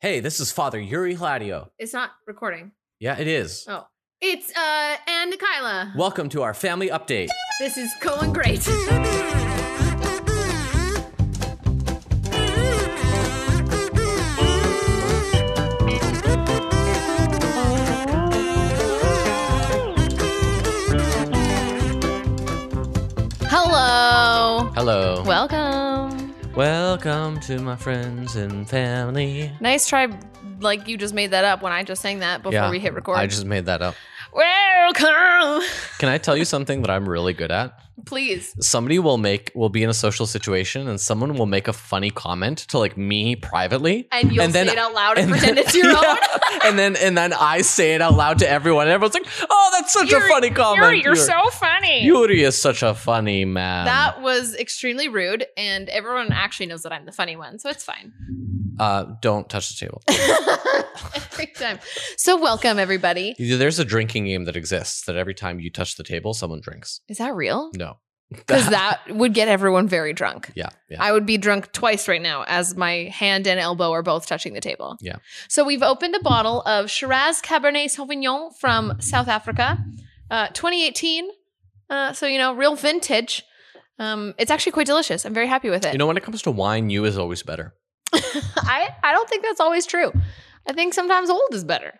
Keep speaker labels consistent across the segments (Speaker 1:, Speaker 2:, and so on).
Speaker 1: Hey, this is Father Yuri Hladio.
Speaker 2: It's not recording.
Speaker 1: Yeah, it is.
Speaker 2: Oh, it's uh and Kyla.
Speaker 1: Welcome to our family update.
Speaker 2: This is going great. Hello.
Speaker 1: Hello.
Speaker 2: Welcome.
Speaker 1: Welcome to my friends and family.
Speaker 2: Nice try. Like you just made that up when I just sang that before
Speaker 1: Yeah,
Speaker 2: we hit record.
Speaker 1: I just made that up.
Speaker 2: Welcome.
Speaker 1: Can I tell you something that I'm really good at?
Speaker 2: Please.
Speaker 1: Somebody will make will be in a social situation and someone will make a funny comment to like me privately.
Speaker 2: And you'll
Speaker 1: And then-
Speaker 2: say it out loud and,
Speaker 1: then-
Speaker 2: pretend it's your
Speaker 1: Yeah.
Speaker 2: own.
Speaker 1: and then and then I say it out loud to everyone and everyone's like, "Oh, that's such a
Speaker 2: Yuri-
Speaker 1: funny comment.
Speaker 3: Yuri, you're so funny.
Speaker 1: Yuri is such a funny man."
Speaker 2: That was extremely rude, and everyone actually knows that I'm the funny one, so it's fine.
Speaker 1: uh, don't touch the table.
Speaker 2: Every time. So, welcome, everybody.
Speaker 1: There's a drinking game that exists that every time you touch the table, someone drinks.
Speaker 2: Is that real?
Speaker 1: No.
Speaker 2: Because that would get everyone very drunk.
Speaker 1: yeah, yeah.
Speaker 2: I would be drunk twice right now as my hand and elbow are both touching the table.
Speaker 1: Yeah.
Speaker 2: So we've opened a bottle of Shiraz Cabernet Sauvignon from South Africa, uh, 2018. Uh, so, you know, real vintage. Um, it's actually quite delicious. I'm very happy with it.
Speaker 1: you know, when it comes to wine, you is always better.
Speaker 2: I, I don't think that's always true. I think sometimes old is better.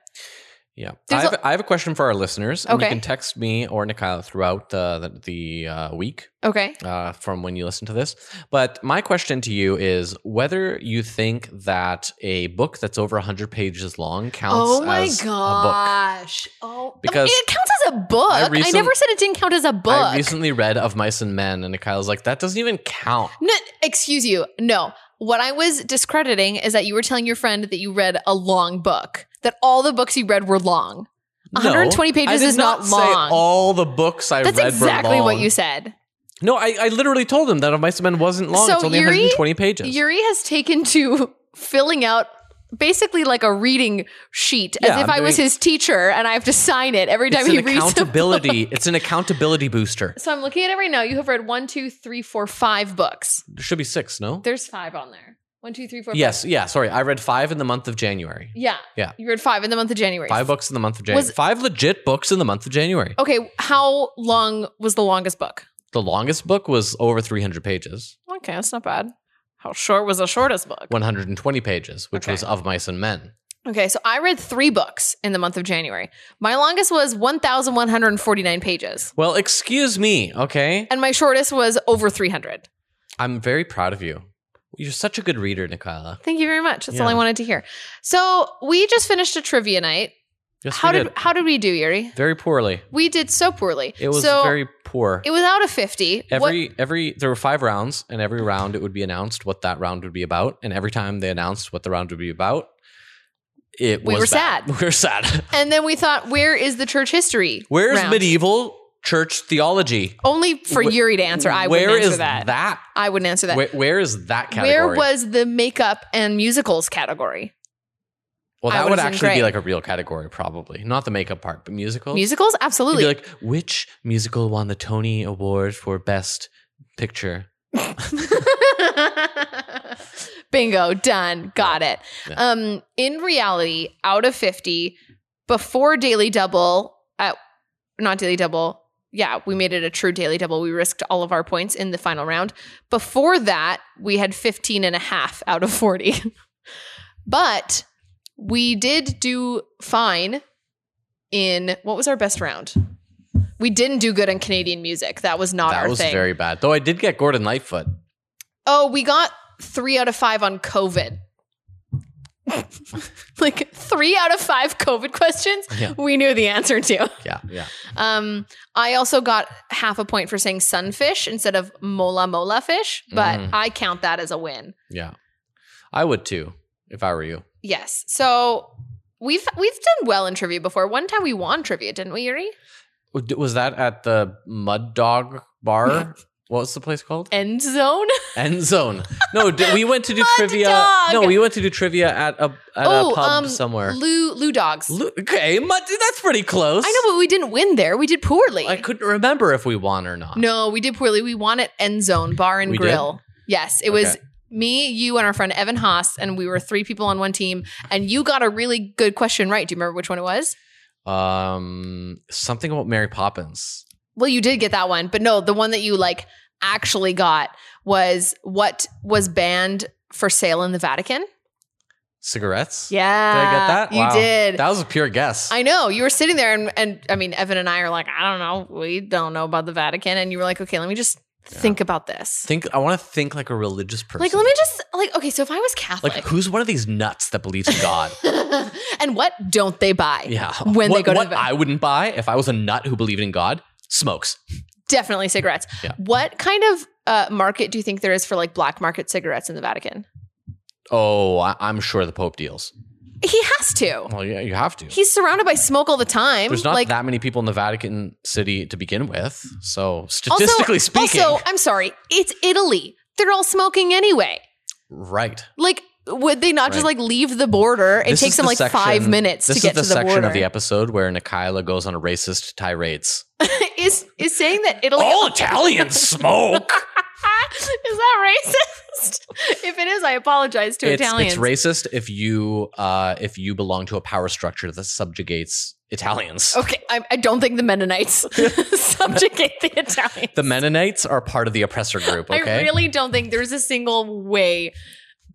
Speaker 1: Yeah. I
Speaker 2: There's
Speaker 1: have, I have a question for our listeners. And You
Speaker 2: Okay.
Speaker 1: can text me or Nikala throughout uh, the, the uh, week
Speaker 2: Okay.
Speaker 1: uh, from when you listen to this. But my question to you is whether you think that a book that's over 100 pages long counts
Speaker 2: Oh my
Speaker 1: as a book.
Speaker 2: gosh. Oh,
Speaker 1: Because
Speaker 2: it counts as a book.
Speaker 1: I
Speaker 2: I,
Speaker 1: recent-
Speaker 2: never said it didn't count as a book.
Speaker 1: I recently read Of Mice and Men, and Nikala's like, that doesn't even count.
Speaker 2: No, excuse you. No. What I was discrediting is that you were telling your friend that you read a long book, that all the books you read were long. 120
Speaker 1: I
Speaker 2: pages
Speaker 1: did
Speaker 2: is not,
Speaker 1: say
Speaker 2: long.
Speaker 1: all the books I
Speaker 2: That's
Speaker 1: read
Speaker 2: exactly
Speaker 1: were long.
Speaker 2: what you said.
Speaker 1: No, I, I literally told him that Of Mice and Men wasn't long.
Speaker 2: So
Speaker 1: it's only
Speaker 2: Yuri-
Speaker 1: 120 pages.
Speaker 2: Yuri has taken to filling out basically like a reading sheet as
Speaker 1: Yeah,
Speaker 2: if
Speaker 1: I'm
Speaker 2: i was
Speaker 1: doing-
Speaker 2: his teacher and I have to sign it every time
Speaker 1: it's
Speaker 2: he
Speaker 1: an
Speaker 2: reads a book.
Speaker 1: accountability. It's an accountability booster.
Speaker 2: So I'm looking at it right now. You have read one, two, three, four, five books.
Speaker 1: There should be six, no?
Speaker 2: There's five on there. One, two, three, four, five.
Speaker 1: yes, yeah. Sorry, I read five in the month of January.
Speaker 2: Yeah.
Speaker 1: Yeah.
Speaker 2: You read five in the month of January.
Speaker 1: Five books in the month of January.
Speaker 2: Was- Oh.
Speaker 1: five legit books in the month of January.
Speaker 2: Okay, how long was the longest book?
Speaker 1: The longest book was over 300 pages,
Speaker 2: Okay, that's not bad. How short was the shortest book?
Speaker 1: 120 pages, which
Speaker 2: Okay.
Speaker 1: was Of Mice and Men.
Speaker 2: Okay, so I read three books in the month of January. My longest was 1,149 pages,
Speaker 1: Well, excuse me, okay?
Speaker 2: and my shortest was over 300.
Speaker 1: I'm very proud of you. You're such a good reader, Nicola.
Speaker 2: Thank you very much. That's all
Speaker 1: Yeah.
Speaker 2: I wanted to hear. So we just finished a trivia night.
Speaker 1: Yes,
Speaker 2: how
Speaker 1: we
Speaker 2: did,
Speaker 1: did.
Speaker 2: how did we do, Yuri?
Speaker 1: Very poorly.
Speaker 2: We did so poorly.
Speaker 1: It was
Speaker 2: so
Speaker 1: very poor.
Speaker 2: It was out of 50. What-
Speaker 1: Every every there were five rounds, and every round it would be announced what that round would be about, and every time they announced what the round would be about, it
Speaker 2: We
Speaker 1: was
Speaker 2: were
Speaker 1: bad.
Speaker 2: sad.
Speaker 1: We were sad.
Speaker 2: and then we thought, where is the church history?
Speaker 1: Where's
Speaker 2: round?
Speaker 1: medieval church theology?
Speaker 2: Only for
Speaker 1: Wh-
Speaker 2: Yuri to answer. I
Speaker 1: Where
Speaker 2: wouldn't answer
Speaker 1: is
Speaker 2: that.
Speaker 1: that?
Speaker 2: I wouldn't answer that.
Speaker 1: Where, where is that category?
Speaker 2: Where was the makeup and musicals category?
Speaker 1: well,
Speaker 2: I
Speaker 1: that would
Speaker 2: was in
Speaker 1: actually be
Speaker 2: grade.
Speaker 1: like a real category, probably not the makeup part, but musicals.
Speaker 2: Musicals?
Speaker 1: It'd
Speaker 2: Absolutely.
Speaker 1: be like which musical won the Tony Award for Best Picture?
Speaker 2: Bingo, done, got it.
Speaker 1: Yeah.
Speaker 2: Um, in reality, out of 50, before Daily Double, at, not Daily Double, yeah, we made it a true Daily Double. We risked all of our points in the final round. Before that, we had 15 and a half out of 40. but we did do fine in what was our best round? We didn't do good on Canadian music. That was not
Speaker 1: that
Speaker 2: our
Speaker 1: was
Speaker 2: thing.
Speaker 1: very bad. Though I did get Gordon Lightfoot.
Speaker 2: Oh, we got three out of five on COVID. like three out of five COVID questions,
Speaker 1: Yeah.
Speaker 2: we knew the answer to.
Speaker 1: Yeah, yeah.
Speaker 2: Um, I also got half a point for saying sunfish instead of mola mola fish, but
Speaker 1: Mm.
Speaker 2: I count that as a win.
Speaker 1: Yeah. I would too if I were you.
Speaker 2: Yes. So we've we've done well in trivia before. One time we won trivia, didn't we, Yuri?
Speaker 1: Was that at the Mud Dog Bar? what was the place called?
Speaker 2: End zone.
Speaker 1: End Zone. No, d- we went to do
Speaker 2: Mud
Speaker 1: trivia.
Speaker 2: Dog.
Speaker 1: No, we went to do trivia at a at a
Speaker 2: Oh,
Speaker 1: pub
Speaker 2: um,
Speaker 1: somewhere.
Speaker 2: Lou Lou dogs.
Speaker 1: Lu- okay, mud, that's pretty close.
Speaker 2: I know, but we didn't win there. We did poorly.
Speaker 1: I couldn't remember if we won or not.
Speaker 2: No, we did poorly. We won at End Zone Bar and
Speaker 1: We did?
Speaker 2: Grill. Yes, it was me, you, and our friend Evan Haas, and we were three people on one team. And you got a really good question right. Do you remember which one it was?
Speaker 1: Um, something about Mary Poppins.
Speaker 2: Well, you did get that one, but no, the one that you like actually got was what was banned for sale in the Vatican.
Speaker 1: Cigarettes.
Speaker 2: Yeah,
Speaker 1: Did I get that?
Speaker 2: You
Speaker 1: Wow.
Speaker 2: did.
Speaker 1: That was a pure guess.
Speaker 2: I know you were sitting there, and, and I mean, Evan and I are like, I don't know, we don't know about the Vatican, and you were like, okay, let me just think about this.
Speaker 1: think I want to think like a religious person.
Speaker 2: Like, let me just like, okay, so if I was
Speaker 1: Like,
Speaker 2: Catholic,
Speaker 1: who's one of these nuts that believes in God?
Speaker 2: and what don't they buy?
Speaker 1: yeah.
Speaker 2: When they
Speaker 1: What-
Speaker 2: go to
Speaker 1: what
Speaker 2: the-
Speaker 1: I wouldn't buy if I was a nut who believed in God. Smokes.
Speaker 2: Definitely cigarettes.
Speaker 1: Yeah.
Speaker 2: What kind of uh, market do you think there is for like black market cigarettes in the Vatican?
Speaker 1: Oh, I, I'm sure the Pope deals.
Speaker 2: He has to.
Speaker 1: Well, yeah, you have to.
Speaker 2: He's surrounded by smoke all the time.
Speaker 1: There's not
Speaker 2: like,
Speaker 1: that many people in the Vatican City to begin with. So statistically speaking,
Speaker 2: Also, I'm sorry, it's Italy. They're all smoking anyway.
Speaker 1: right.
Speaker 2: Like, would they not just
Speaker 1: Right.
Speaker 2: like leave the border? It
Speaker 1: This
Speaker 2: takes
Speaker 1: is
Speaker 2: them
Speaker 1: the
Speaker 2: like
Speaker 1: section-
Speaker 2: five minutes to
Speaker 1: This
Speaker 2: get
Speaker 1: is the
Speaker 2: to the
Speaker 1: section
Speaker 2: border.
Speaker 1: of the episode where Nikayla goes on a racist tirades.
Speaker 2: is is saying that Italy
Speaker 1: All Italians smoke.
Speaker 2: is that racist? if it is, I apologize to
Speaker 1: it's,
Speaker 2: Italians.
Speaker 1: it's racist if you uh, if you belong to a power structure that subjugates Italians.
Speaker 2: Okay, I, I don't think the Mennonites subjugate the Italians.
Speaker 1: The Mennonites are part of the oppressor group. Okay,
Speaker 2: I really don't think there's a single way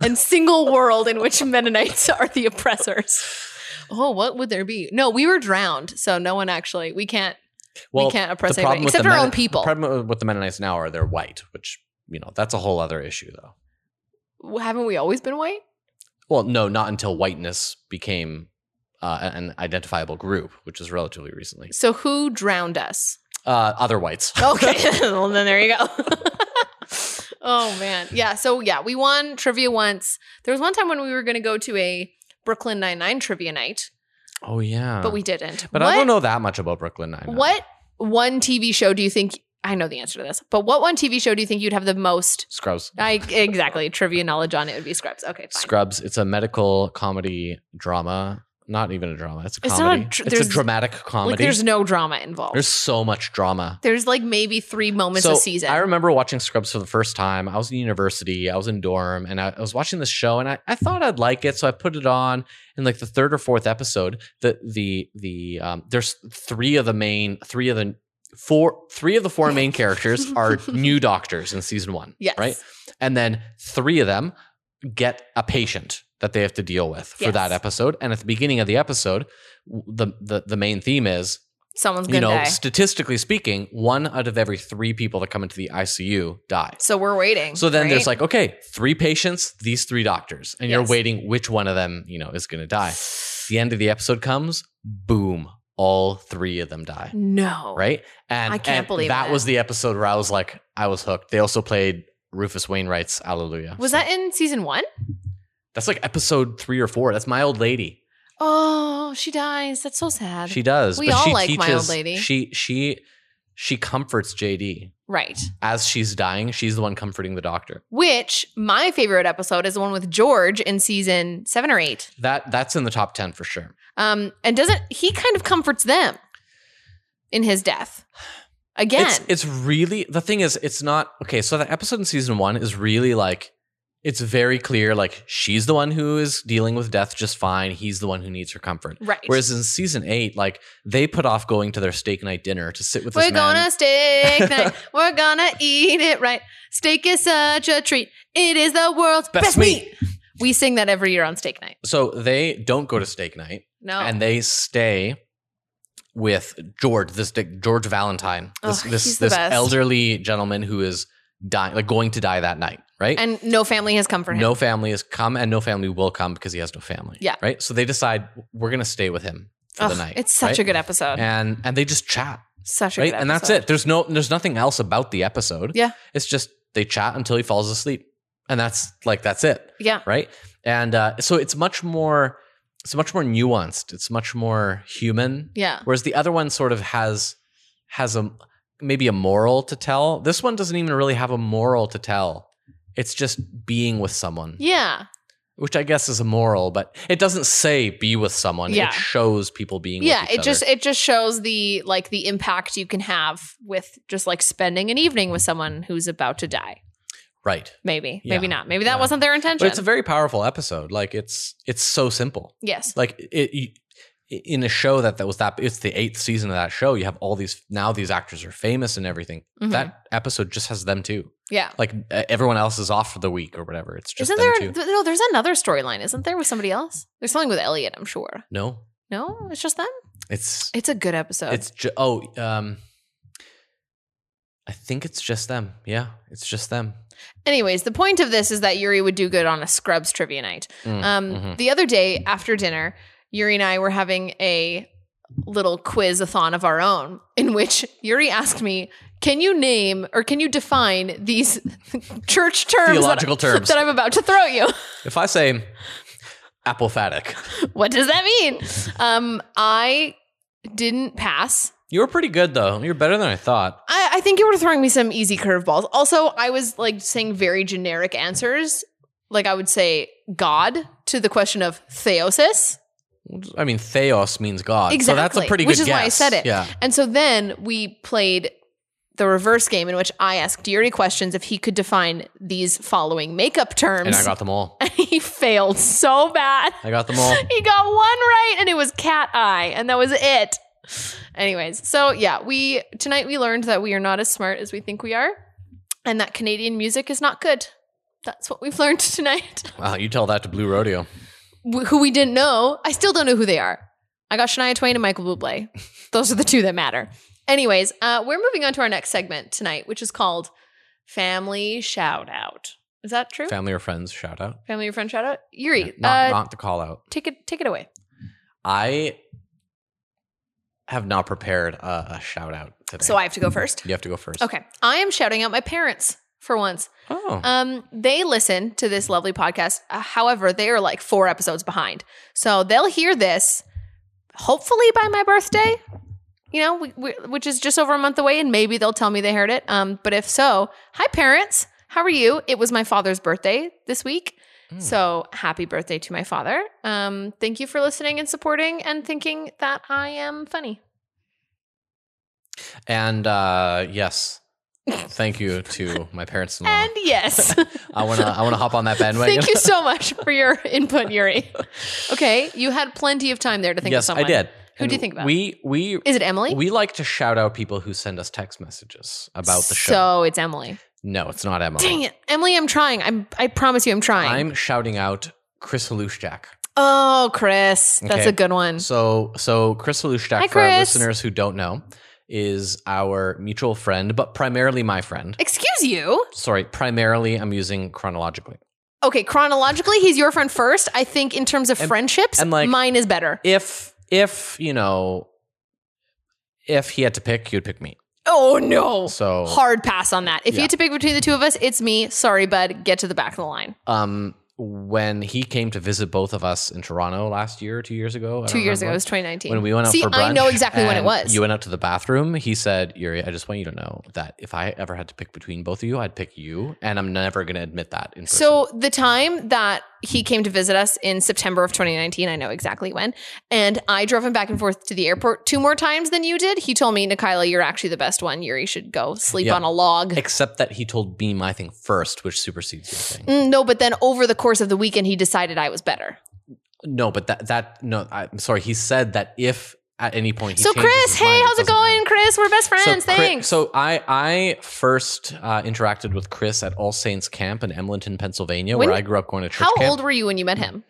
Speaker 2: and single world in which Mennonites are the oppressors. Oh, what would there be? No, we were drowned, so no one actually. We can't.
Speaker 1: well,
Speaker 2: can't oppress
Speaker 1: the problem
Speaker 2: anybody,
Speaker 1: with the
Speaker 2: except our own
Speaker 1: Menno-
Speaker 2: people.
Speaker 1: The problem with the Mennonites now are they're white, which you know that's a whole other issue though.
Speaker 2: Haven't we always been white?
Speaker 1: Well, no, not until whiteness became uh, an identifiable group, which is relatively recently.
Speaker 2: So who drowned us?
Speaker 1: Uh, other whites.
Speaker 2: Okay, well then there you go. oh man, yeah. So yeah, we won trivia once. There was one time when we were going to go to a Brooklyn Nine Nine trivia night,
Speaker 1: oh yeah,
Speaker 2: but we didn't.
Speaker 1: But I don't know that much about Brooklyn Nine.
Speaker 2: What one TV show do you think? I know the answer to this, but what one TV show do you think you'd have the most?
Speaker 1: Scrubs?
Speaker 2: I exactly trivia knowledge on it would be Scrubs. Okay, fine.
Speaker 1: Scrubs. It's a medical comedy drama. Not even a drama. It's a
Speaker 2: It's not a
Speaker 1: comedy.
Speaker 2: dr-
Speaker 1: it's
Speaker 2: there's-
Speaker 1: a dramatic
Speaker 2: like
Speaker 1: comedy.
Speaker 2: there's no drama involved.
Speaker 1: There's
Speaker 2: There's,
Speaker 1: so much drama.
Speaker 2: like maybe three moments a season.
Speaker 1: I remember watching Scrubs for the first time. I was in university, I was in dorm, and I, I was watching this show, and I, I thought I'd like it, so I put it on. In like the third or fourth episode, the the the um, there's three of the main three of the four three of the four main characters are new doctors in season one.
Speaker 2: yes,
Speaker 1: Right. And then three of them get a patient that they have to deal with for
Speaker 2: Yes.
Speaker 1: that episode. And at the beginning of the episode, w- the the, the main theme is
Speaker 2: Someone's gonna
Speaker 1: you know,
Speaker 2: die.
Speaker 1: statistically speaking, one out of every three people that come into the ICU die.
Speaker 2: so we're waiting.
Speaker 1: So then there's
Speaker 2: right?
Speaker 1: like, okay, three patients, these three doctors, and you're
Speaker 2: Yes.
Speaker 1: waiting which one of them, you know, is going to die. The end of the episode comes, boom, all three of them die.
Speaker 2: no
Speaker 1: Right? And
Speaker 2: I can't
Speaker 1: and
Speaker 2: believe
Speaker 1: that
Speaker 2: it.
Speaker 1: was the episode where I was like, I was hooked. They also played Rufus Wainwright's Alleluia.
Speaker 2: Was
Speaker 1: So
Speaker 2: that in season one?
Speaker 1: That's like episode three or four. That's my old lady.
Speaker 2: Oh, she dies. That's so sad.
Speaker 1: She does.
Speaker 2: We
Speaker 1: but
Speaker 2: all
Speaker 1: she
Speaker 2: like my old
Speaker 1: teaches-
Speaker 2: lady.
Speaker 1: She she she comforts JD.
Speaker 2: right.
Speaker 1: as she's dying, she's the one comforting the doctor.
Speaker 2: Which my favorite episode is the one with George in season seven or eight.
Speaker 1: That that's in the top ten for sure.
Speaker 2: Um, and doesn't he kind of comforts them in his death again?
Speaker 1: It's it's really the thing is it's not okay. So the episode in season one is really like it's very clear like she's the one who is dealing with death just fine. He's the one who needs her comfort.
Speaker 2: right.
Speaker 1: Whereas in season eight, like they put off going to their steak night dinner to sit with
Speaker 2: We're
Speaker 1: this man.
Speaker 2: gonna steak night. We're gonna eat it right. Steak is such a treat. It is the world's best,
Speaker 1: Best
Speaker 2: meat. We sing that every year on steak night.
Speaker 1: so they don't go to steak night
Speaker 2: No.
Speaker 1: and they stay with George, this George Valentine, this
Speaker 2: Ugh,
Speaker 1: this
Speaker 2: Oh, he's the
Speaker 1: this
Speaker 2: best.
Speaker 1: elderly gentleman who is dying, like going to die that night, right?
Speaker 2: And no family has come for him.
Speaker 1: No family has come and no family will come because he has no family.
Speaker 2: Yeah.
Speaker 1: Right. So they decide we're going to stay with him for the
Speaker 2: Ugh,
Speaker 1: night.
Speaker 2: It's such a good episode.
Speaker 1: And and they just chat,
Speaker 2: such a
Speaker 1: right?
Speaker 2: good episode.
Speaker 1: And that's it. There's no there's nothing else about the episode.
Speaker 2: Yeah.
Speaker 1: It's just they chat until he falls asleep. And that's like that's it,
Speaker 2: Yeah.
Speaker 1: right? And uh, so it's much more it's much more nuanced. It's much more human.
Speaker 2: Yeah.
Speaker 1: Whereas the other one sort of has has a maybe a moral to tell. This one doesn't even really have a moral to tell. It's just being with someone
Speaker 2: Yeah.
Speaker 1: which I guess is immoral, but it doesn't say be with someone.
Speaker 2: Yeah.
Speaker 1: It shows people being
Speaker 2: yeah
Speaker 1: with each
Speaker 2: it just
Speaker 1: other.
Speaker 2: it just shows the like the impact you can have with just like spending an evening with someone who's about to die
Speaker 1: Right.
Speaker 2: Maybe,
Speaker 1: Yeah.
Speaker 2: maybe not. Maybe that
Speaker 1: Yeah.
Speaker 2: wasn't their
Speaker 1: But
Speaker 2: intention.
Speaker 1: it's a very powerful episode. Like it's it's so simple.
Speaker 2: yes.
Speaker 1: Like it, you- in a show that that was that it's the eighth season of that show. You have all these now these actors are famous and everything.
Speaker 2: Mhm.
Speaker 1: That episode just has them too.
Speaker 2: yeah.
Speaker 1: Like uh, everyone else is off for the week or whatever. It's just
Speaker 2: Isn't
Speaker 1: them
Speaker 2: there?
Speaker 1: too.
Speaker 2: th- no, there's another storyline, isn't there, with somebody else? There's something with Elliot, I'm sure.
Speaker 1: no,
Speaker 2: No, it's just them.
Speaker 1: it's
Speaker 2: It's a good episode.
Speaker 1: it's ju- oh um, I think it's just them. Yeah, it's just them.
Speaker 2: Anyways, the point of this is that Yuri would do good on a Scrubs trivia night.
Speaker 1: Mm,
Speaker 2: Um,
Speaker 1: mhm.
Speaker 2: The other day after dinner, Yuri and I were having a little quiz a thon of our own, in which Yuri asked me, Can you name or can you define these church terms
Speaker 1: Theological
Speaker 2: that,
Speaker 1: terms.
Speaker 2: that I'm about to throw at you?
Speaker 1: If I say apophatic,
Speaker 2: what does that mean? Um, I didn't pass.
Speaker 1: you were pretty good though. You're better than I thought.
Speaker 2: I, I think you were throwing me some easy curveballs. Also, I was like saying very generic answers. Like I would say God to the question of theosis.
Speaker 1: I mean, theos means God. So that's a
Speaker 2: Exactly,
Speaker 1: pretty good
Speaker 2: which is why I
Speaker 1: guess.
Speaker 2: said it.
Speaker 1: Yeah.
Speaker 2: And so then we played the reverse game in which I asked Yuri questions if he could define these following makeup terms.
Speaker 1: And I got them all.
Speaker 2: And he failed so bad.
Speaker 1: I got them all.
Speaker 2: He got one right and it was cat eye and that was it. Anyways, so yeah, we tonight we learned that we are not as smart as we think we are and that Canadian music is not good. That's what we've learned tonight.
Speaker 1: Wow, Uh, you tell that to Blue Rodeo.
Speaker 2: Wh- who we didn't know. I still don't know who they are. I got Shania Twain and Michael Bublé. Those are the two that matter. Anyways, uh, we're moving on to our next segment tonight, which is called Family Shout Out. Is that true?
Speaker 1: Family or friends shout out.
Speaker 2: Family or friend shout out? Yuri,
Speaker 1: Not,
Speaker 2: uh,
Speaker 1: not the call out.
Speaker 2: take it take it away.
Speaker 1: I have not prepared a, a shout out today.
Speaker 2: So I have to go first.
Speaker 1: you have to go first.
Speaker 2: Okay. I am shouting out my parents for once.
Speaker 1: Oh.
Speaker 2: Um, they listen to this lovely podcast. Uh, however, they are like four episodes behind, so they'll hear this hopefully by my birthday. You know, we, we, which is just over a month away, and maybe they'll tell me they heard it. Um, but if so, hi parents, how are you? It was my father's birthday this week,
Speaker 1: Mm.
Speaker 2: so happy birthday to my father. Um, thank you for listening and supporting and thinking that I am funny.
Speaker 1: and uh, yes. Thank you to my parents in law.
Speaker 2: And yes.
Speaker 1: I wanna I wanna hop on that bandwagon.
Speaker 2: Thank you so much for your input, Yuri. Okay, you had plenty of time there to think
Speaker 1: yes,
Speaker 2: of someone.
Speaker 1: I did.
Speaker 2: Who do you think about?
Speaker 1: We we
Speaker 2: Is it Emily?
Speaker 1: we like to shout out people who send us text messages about the show.
Speaker 2: So it's Emily.
Speaker 1: no, it's not Emma.
Speaker 2: Dang it, Emily! I'm trying. I'm. I promise you, I'm trying.
Speaker 1: I'm shouting out Chris Halushjak.
Speaker 2: oh, Chris, that's
Speaker 1: Okay.
Speaker 2: a good one.
Speaker 1: So, so Chris
Speaker 2: Hi,
Speaker 1: Halushjak, for our
Speaker 2: Chris.
Speaker 1: listeners who don't know, is our mutual friend, but primarily my friend.
Speaker 2: Excuse you.
Speaker 1: Sorry, primarily I'm using chronologically.
Speaker 2: Okay, chronologically, he's your friend first. I think in terms of
Speaker 1: And-
Speaker 2: friendships,
Speaker 1: and, like-
Speaker 2: mine is better.
Speaker 1: If, if you know, if he had to pick, he would pick me.
Speaker 2: oh no,
Speaker 1: So,
Speaker 2: hard pass on that. If you
Speaker 1: Yeah.
Speaker 2: had to pick between the two of us, it's me. Sorry, bud. Get to the back of the line.
Speaker 1: um, when he came to visit both of us in Toronto last year, two years ago, I
Speaker 2: Two
Speaker 1: don't
Speaker 2: years ago, it
Speaker 1: remember,
Speaker 2: was 2019.
Speaker 1: when we went out
Speaker 2: See,
Speaker 1: for brunch,
Speaker 2: I know exactly when it
Speaker 1: and
Speaker 2: was.
Speaker 1: You went out to the bathroom. He said, "Yuri, I just want you to know that if I ever had to pick between both of you, I'd pick you, and I'm never going to admit that." In person.
Speaker 2: So the time that he came to visit us in September of 2019, I know exactly when, and I drove him back and forth to the airport two more times than you did. He told me, Nikayla, you're actually the best one. Yuri should go sleep
Speaker 1: Yeah.
Speaker 2: on a log.
Speaker 1: Except that he told me my thing first, which supersedes your thing.
Speaker 2: Mm, no, but then over the course of the weekend, he decided I was better.
Speaker 1: No, but that that no, I'm sorry. He said that if at any point he
Speaker 2: so
Speaker 1: changes
Speaker 2: Chris,
Speaker 1: his
Speaker 2: hey,
Speaker 1: mind,
Speaker 2: how's it
Speaker 1: doesn't
Speaker 2: going,
Speaker 1: matter.
Speaker 2: Chris? We're best friends.
Speaker 1: So, Chri-
Speaker 2: Thanks.
Speaker 1: So I I first uh, interacted with Chris at All Saints Camp in Emlenton, Pennsylvania,
Speaker 2: When-
Speaker 1: where I grew up going to church.
Speaker 2: How
Speaker 1: camp.
Speaker 2: old were you when you met him?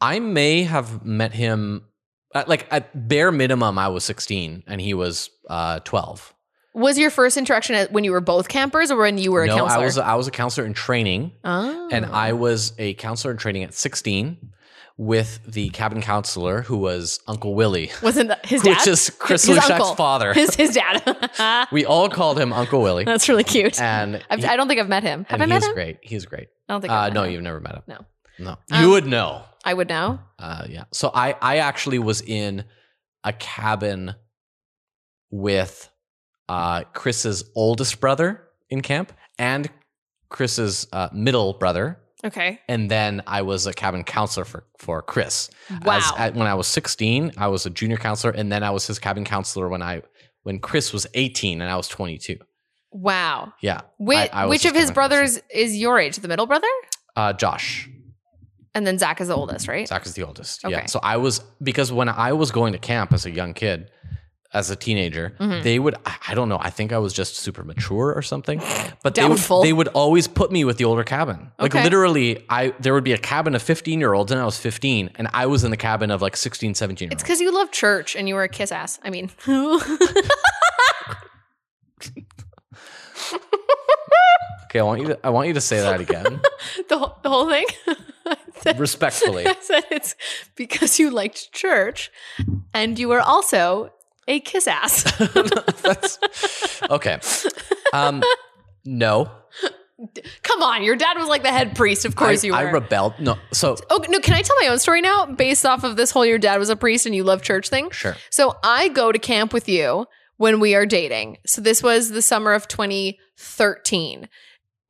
Speaker 1: I may have met him at, like at bare minimum. I was 16 and he was uh, 12.
Speaker 2: Was your first interaction at, when you were both campers or when you were a
Speaker 1: no,
Speaker 2: counselor?
Speaker 1: I was I was a counselor in training.
Speaker 2: oh.
Speaker 1: and I was a counselor in training at 16 with the cabin counselor who was Uncle Willie,
Speaker 2: wasn't that his dad?
Speaker 1: which is Chris
Speaker 2: His
Speaker 1: Lushak's
Speaker 2: uncle.
Speaker 1: father.
Speaker 2: his, his dad.
Speaker 1: we all called him Uncle Willie,
Speaker 2: That's really cute.
Speaker 1: and
Speaker 2: I've,
Speaker 1: he-
Speaker 2: I don't think I've met him. Have
Speaker 1: and
Speaker 2: I met
Speaker 1: he's
Speaker 2: him?
Speaker 1: great. He's great.
Speaker 2: I don't think.
Speaker 1: Uh,
Speaker 2: I've met
Speaker 1: no,
Speaker 2: him.
Speaker 1: you've never met him.
Speaker 2: No.
Speaker 1: no,
Speaker 2: Um,
Speaker 1: you would know.
Speaker 2: I would know.
Speaker 1: Uh, yeah. So I I actually was in a cabin with uh, Chris's oldest brother in camp and Chris's uh, middle brother,
Speaker 2: Okay.
Speaker 1: and then I was a cabin counselor for for Chris.
Speaker 2: Wow.
Speaker 1: As- at- when I was 16, I was a junior counselor, and then I was his cabin counselor when I when Chris was 18 and I was 22.
Speaker 2: Wow.
Speaker 1: Yeah.
Speaker 2: Which,
Speaker 1: I was
Speaker 2: which
Speaker 1: just
Speaker 2: of his
Speaker 1: gonna
Speaker 2: brothers is your age? The middle brother?
Speaker 1: Uh, Josh.
Speaker 2: And then Zach is the oldest, right?
Speaker 1: Zach is the oldest. Yeah.
Speaker 2: Okay.
Speaker 1: So I was because when I was going to camp as a young kid, as a teenager,
Speaker 2: Mhm.
Speaker 1: they would I I don't know, I think I was just super mature or something. But they would,
Speaker 2: Doubtful.
Speaker 1: they would always put me with the older cabin. Like
Speaker 2: Okay.
Speaker 1: literally I there would be a cabin of 15 year olds and I was 15 and I was in the cabin of like 16, 17 year
Speaker 2: It's
Speaker 1: olds.
Speaker 2: because you love church and you were a kiss ass. I mean,
Speaker 1: Okay, I want you to I want you to say that again.
Speaker 2: the whole, the whole thing. I said-
Speaker 1: Respectfully.
Speaker 2: I said it's because you liked church, and you were also a kiss ass.
Speaker 1: That's okay. Um no.
Speaker 2: Come on, your dad was like the head priest. Of course
Speaker 1: I,
Speaker 2: you were.
Speaker 1: I rebelled. No. So
Speaker 2: oh no, can I tell my own story now, based off of this whole your dad was a priest and you love church thing?
Speaker 1: sure.
Speaker 2: So I go to camp with you when we are dating. So this was the summer of 2013.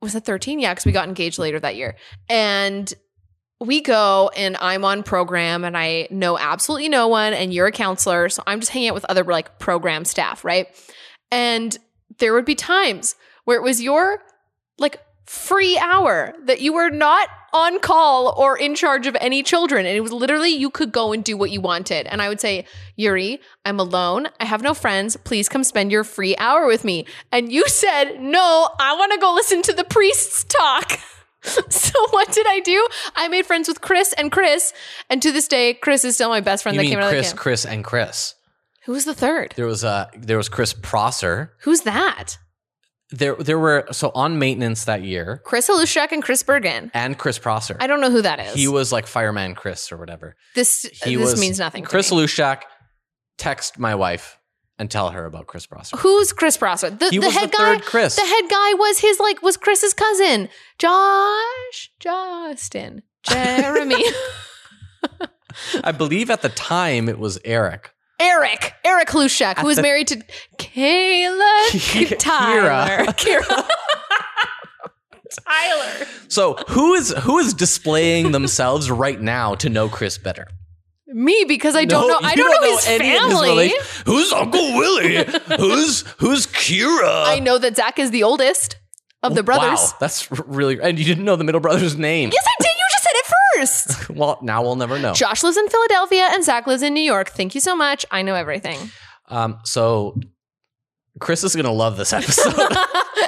Speaker 2: Was it 13? Yeah, because we got engaged later that year. And we go and I'm on program and I know absolutely no one and you're a counselor. So I'm just hanging out with other like program staff, right? And there would be times where it was your like free hour that you were not on call or in charge of any children. And it was literally you could go and do what you wanted. And I would say, Yuri, I'm alone. I have no friends. Please come spend your free hour with me. And you said, No, I want to go listen to the priests talk. so what did I do? I made friends with Chris and Chris. And to this day, Chris is still my best friend
Speaker 1: You
Speaker 2: that
Speaker 1: mean
Speaker 2: came out of
Speaker 1: Chris,
Speaker 2: the camp.
Speaker 1: Chris, and Chris.
Speaker 2: Who was the third?
Speaker 1: There was uh there was Chris Prosser.
Speaker 2: Who's that?
Speaker 1: There, there were so on maintenance that year,
Speaker 2: Chris Halushak and Chris Bergen.
Speaker 1: and Chris Prosser.
Speaker 2: I don't know who that is.
Speaker 1: He was like fireman Chris or whatever.
Speaker 2: this
Speaker 1: He
Speaker 2: this
Speaker 1: was
Speaker 2: means nothing.
Speaker 1: Chris
Speaker 2: to me.
Speaker 1: Lushak. Text my wife and tell her about Chris Prosser.
Speaker 2: Who's Chris Prosser? The,
Speaker 1: He
Speaker 2: the
Speaker 1: was
Speaker 2: head
Speaker 1: the
Speaker 2: guy.
Speaker 1: third Chris.
Speaker 2: The head guy was his like was Chris's cousin, Josh, Justin, Jeremy,
Speaker 1: I believe at the time it was Eric.
Speaker 2: Eric, Eric Lushak, who was married to Kayla Tyler, Kira. Tyler.
Speaker 1: So who is who is displaying themselves right now to know Chris better?
Speaker 2: Me because I don't
Speaker 1: No,
Speaker 2: know. I
Speaker 1: you
Speaker 2: don't, know, his family.
Speaker 1: relation- who's Uncle Willie? who's who's Kira?
Speaker 2: I know that Zach is the oldest of the brothers.
Speaker 1: Wow, that's r- really. And you didn't know the middle brother's name.
Speaker 2: Yes, I did. You just said it first.
Speaker 1: Well, now we'll never know.
Speaker 2: Josh lives in Philadelphia and Zach lives in New York. Thank you so much. I know everything.
Speaker 1: Um, so Chris is gonna love this episode.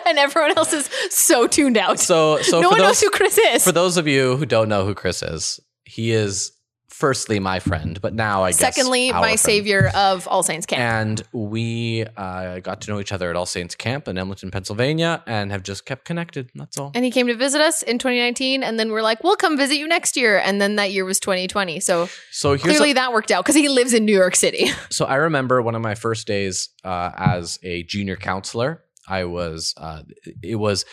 Speaker 2: and everyone else is so tuned out.
Speaker 1: so so
Speaker 2: no
Speaker 1: for
Speaker 2: one
Speaker 1: those
Speaker 2: knows who Chris is.
Speaker 1: for those of you who don't know who Chris is, he is firstly my friend, but now I guess
Speaker 2: Secondly,
Speaker 1: our
Speaker 2: my
Speaker 1: friend.
Speaker 2: savior of All Saints Camp.
Speaker 1: And we uh, got to know each other at All Saints Camp in Edmonton, Pennsylvania, and have just kept connected. That's all.
Speaker 2: And he came to visit us in 2019, and then we're like, "We'll come visit you next year." And then that year was 2020, so
Speaker 1: So here's
Speaker 2: clearly that worked out because he lives in New York City.
Speaker 1: So I remember one of my first days uh, as a junior counselor. I was uh, it was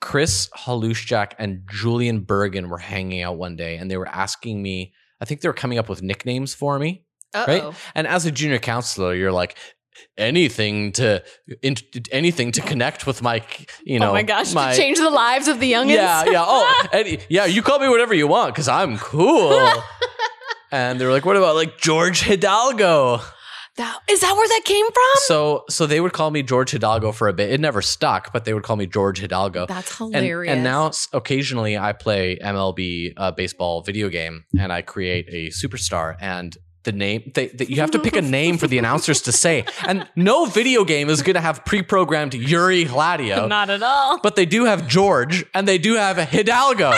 Speaker 1: Chris Halushchak and Julian Bergen were hanging out one day, and they were asking me. I think they were coming up with nicknames for me.
Speaker 2: Uh-oh.
Speaker 1: Right? And as a junior counselor, you're like anything to in, anything to connect with my you know
Speaker 2: oh my gosh!
Speaker 1: my-
Speaker 2: to change the lives of the youngins.
Speaker 1: yeah yeah oh any, yeah you call me whatever you want because I'm cool. and they're like, what about like George Hidalgo?
Speaker 2: That, is that where that came from?
Speaker 1: so so they would call me George Hidalgo for a bit. It never stuck, but they would call me George Hidalgo.
Speaker 2: That's
Speaker 1: And,
Speaker 2: hilarious.
Speaker 1: and now s- occasionally I play MLB uh, baseball video game and I create a superstar and the name they, that you have to pick a name for the announcers to say and no video game is going to have pre-programmed Yuri Hladio
Speaker 2: not at all.
Speaker 1: but they do have George and they do have Hidalgo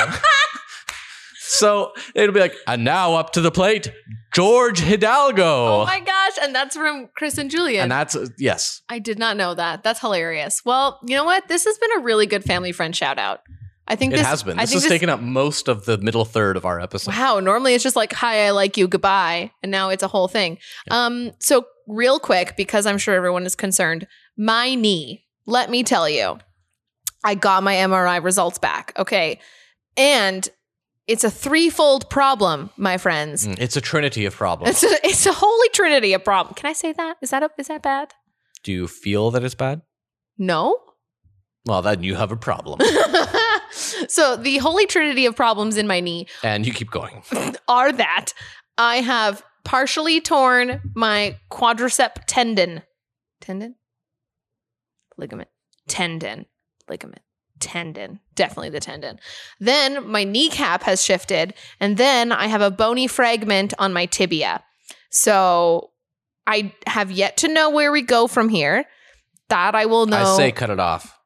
Speaker 1: so it'll be like and now up to the plate George Hidalgo
Speaker 2: Oh my gosh! And that's from Chris and Julian.
Speaker 1: and that's uh, yes
Speaker 2: I did not know that. That's hilarious. Well, you know what? This has been a really good family friend shout out. I think
Speaker 1: It
Speaker 2: this
Speaker 1: has been.
Speaker 2: I
Speaker 1: This
Speaker 2: think
Speaker 1: has taken up most of the middle third of our episode.
Speaker 2: Wow. Normally it's just like, hi, I like you, goodbye. And now it's a whole thing. Um, so real quick, because I'm sure everyone is concerned, my knee, let me tell you, I got my MRI results back. Okay. And it's a threefold problem, my friends.
Speaker 1: Mm, It's a trinity of problems.
Speaker 2: It's a, it's a holy trinity of problem. Can I say that? Is that a, is that bad?
Speaker 1: Do you feel that it's bad?
Speaker 2: No.
Speaker 1: Well, then you have a problem,
Speaker 2: so the holy trinity of problems in my knee
Speaker 1: and you keep going.
Speaker 2: are that I have partially torn my quadricep tendon. Tendon? Ligament. tendon ligament tendon definitely the tendon then my kneecap has shifted and then i have a bony fragment on my tibia so i have yet to know where we go from here that i will know
Speaker 1: I say cut it off.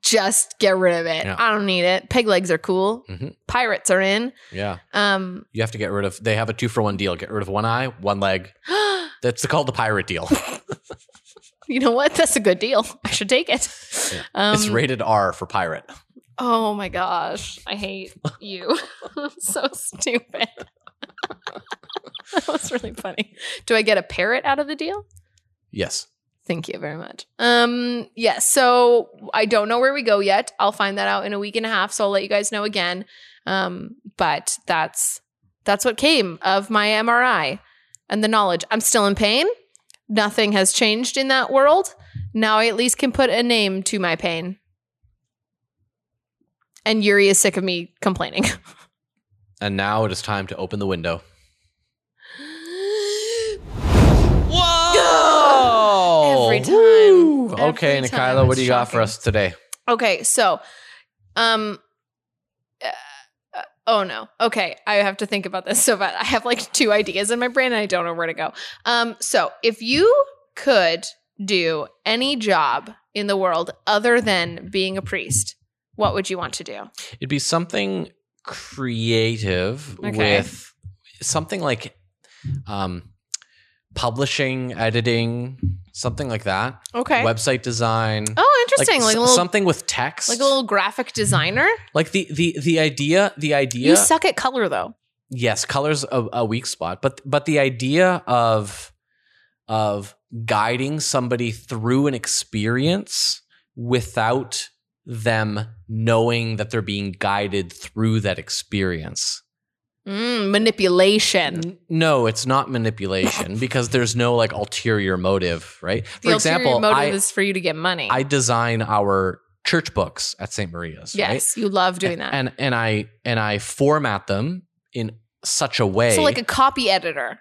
Speaker 2: just get rid of it
Speaker 1: Yeah.
Speaker 2: i don't need it pig legs are cool
Speaker 1: Mhm.
Speaker 2: pirates are in
Speaker 1: Yeah.
Speaker 2: um
Speaker 1: You have to get rid of, they have a two for one deal. Get rid of one eye, one leg. That's called the pirate deal.
Speaker 2: you know what that's a good deal i should take it
Speaker 1: Yeah.
Speaker 2: um,
Speaker 1: it's rated R for pirate.
Speaker 2: Oh my gosh, I hate you. so stupid. that was really funny. Do I get a parrot out of the deal?
Speaker 1: Yes.
Speaker 2: Thank you very much. Um yeah, so I don't know where we go yet. I'll find that out in a week and a half, so I'll let you guys know again. Um but that's that's what came of my MRI and the knowledge. I'm still in pain. Nothing has changed in that world. Now I at least can put a name to my pain. And Yuri is sick of me complaining.
Speaker 1: And now it is time to open the window.
Speaker 2: Whoa! Every time.
Speaker 1: Oh. Woo!
Speaker 2: Every
Speaker 1: okay,
Speaker 2: time.
Speaker 1: Nikayla, what
Speaker 2: It's
Speaker 1: do you got for
Speaker 2: shocking.
Speaker 1: us today?
Speaker 2: Okay, so, um, uh, uh, oh no. Okay, I have to think about this so bad. I have like two ideas in my brain and I don't know where to go. Um, so if you could do any job in the world other than being a priest, what would you want to do?
Speaker 1: It'd be something creative
Speaker 2: Okay.
Speaker 1: with something like um, publishing, editing, something like that.
Speaker 2: Okay.
Speaker 1: Website design.
Speaker 2: oh, interesting. Like,
Speaker 1: s-
Speaker 2: a little,
Speaker 1: something with text.
Speaker 2: like a little graphic designer.
Speaker 1: Like the the the idea. The idea.
Speaker 2: You suck at color though.
Speaker 1: yes, colors a, a weak spot, but but the idea of of guiding somebody through an experience without them knowing that they're being guided through that experience.
Speaker 2: Mm, manipulation.
Speaker 1: N- No, it's not manipulation because there's no like ulterior motive, right?
Speaker 2: The
Speaker 1: For
Speaker 2: ulterior
Speaker 1: example,
Speaker 2: motive
Speaker 1: I
Speaker 2: is for you to get money.
Speaker 1: I design our church books at St. Maria's, right?
Speaker 2: yes, you love doing that.
Speaker 1: And and I and I format them in such a way
Speaker 2: so like a copy editor.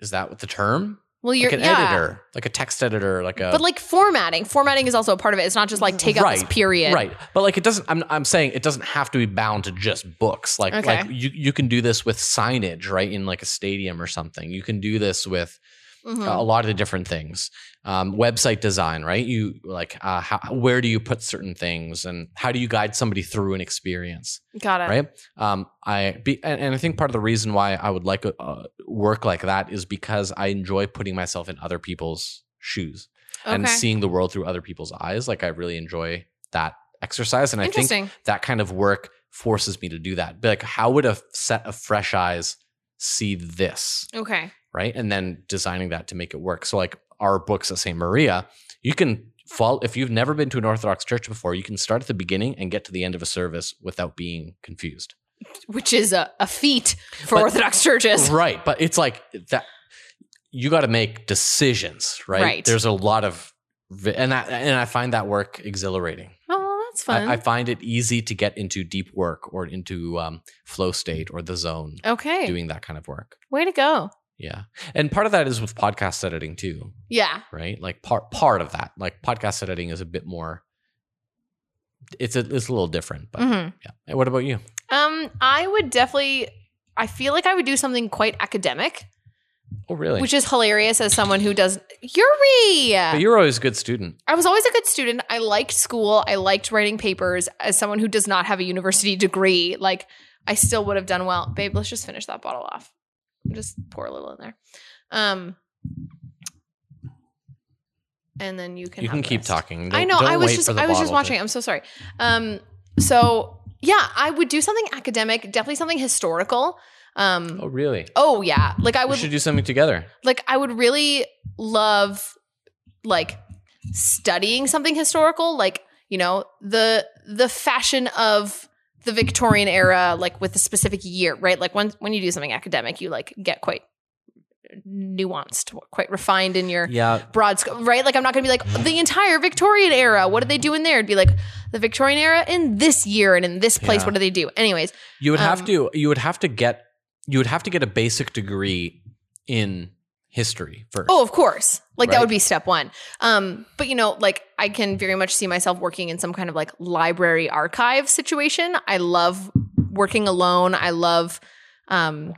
Speaker 1: is that what the term?
Speaker 2: Well, you're
Speaker 1: like an
Speaker 2: yeah.
Speaker 1: editor, like a text editor, like a
Speaker 2: But like formatting, formatting is also a part of it. It's not just like take out this
Speaker 1: Mm-hmm. Right,
Speaker 2: period.
Speaker 1: right. But like it doesn't. I'm I'm saying it doesn't have to be bound to just books. Like
Speaker 2: Okay.
Speaker 1: like you you can do this with signage, right? In like a stadium or something. You can do this with
Speaker 2: Mhm.
Speaker 1: a lot of different things. Um, website design, right? You like uh, how, where do you put certain things, and how do you guide somebody through an experience?
Speaker 2: Got it.
Speaker 1: right? Um, I be, and, and I think part of the reason why I would like uh, work like that is because I enjoy putting myself in other people's shoes and
Speaker 2: Okay.
Speaker 1: seeing the world through other people's eyes. Like I really enjoy that exercise, and I think
Speaker 2: Interesting.
Speaker 1: that kind of work forces me to do that. Be like, how would a f- set of fresh eyes see this?
Speaker 2: okay.
Speaker 1: right? And then designing that to make it work. So like our books at St. Maria, you can fall if you've never been to an Orthodox church before, you can start at the beginning and get to the end of a service without being confused.
Speaker 2: Which is a, a feat for
Speaker 1: But-
Speaker 2: Orthodox churches.
Speaker 1: right. But it's like that you gotta make decisions, right?
Speaker 2: Right.
Speaker 1: There's a lot of vi- and that and I find that work exhilarating.
Speaker 2: Oh, that's fun.
Speaker 1: I, I find it easy to get into deep work or into um, flow state or the zone
Speaker 2: okay.
Speaker 1: doing that kind of work.
Speaker 2: Way to go.
Speaker 1: Yeah. And part of that is with podcast editing too.
Speaker 2: Yeah.
Speaker 1: right? Like part part of that, like podcast editing is a bit more. It's a it's a little different, but
Speaker 2: Mhm.
Speaker 1: yeah. And what about you?
Speaker 2: Um, I would definitely I feel like I would do something quite academic,
Speaker 1: Oh, really?
Speaker 2: which uh, is hilarious as someone who does Yuri.
Speaker 1: but you're always a good student.
Speaker 2: I was always a good student. I liked school. I liked writing papers. As someone who does not have a university degree, like I still would have done well. Babe, let's just finish that bottle off. Just pour a little in there. Um and then you can
Speaker 1: you
Speaker 2: have
Speaker 1: can
Speaker 2: the
Speaker 1: keep
Speaker 2: rest.
Speaker 1: talking.
Speaker 2: I
Speaker 1: Don't-
Speaker 2: know.
Speaker 1: don't
Speaker 2: I was
Speaker 1: wait
Speaker 2: just
Speaker 1: for the
Speaker 2: I was just
Speaker 1: bottle
Speaker 2: watching.
Speaker 1: to-
Speaker 2: I'm so sorry. Um so yeah, I would do something academic, definitely something historical. Um
Speaker 1: Oh,
Speaker 2: oh,
Speaker 1: really?
Speaker 2: yeah. Like I
Speaker 1: we
Speaker 2: would
Speaker 1: should do something together.
Speaker 2: like I would really love like studying something historical, like you know the the fashion of the Victorian era, like with a specific year, right? Like when when you do something academic, you like get quite nuanced, quite refined in your
Speaker 1: Yeah,
Speaker 2: broad scope, right? Like I'm not gonna be like the entire Victorian era. What did they do in there? It'd be like the Victorian era in this year and in this place.
Speaker 1: Yeah.
Speaker 2: What do they do? Anyways,
Speaker 1: you would have
Speaker 2: Um,
Speaker 1: to. You would have to get. You would have to get a basic degree in history first.
Speaker 2: Oh, of course. Like
Speaker 1: Right?
Speaker 2: that would be step one. Um, but you know, like I can very much see myself working in some kind of like library archive situation. I love working alone. I love um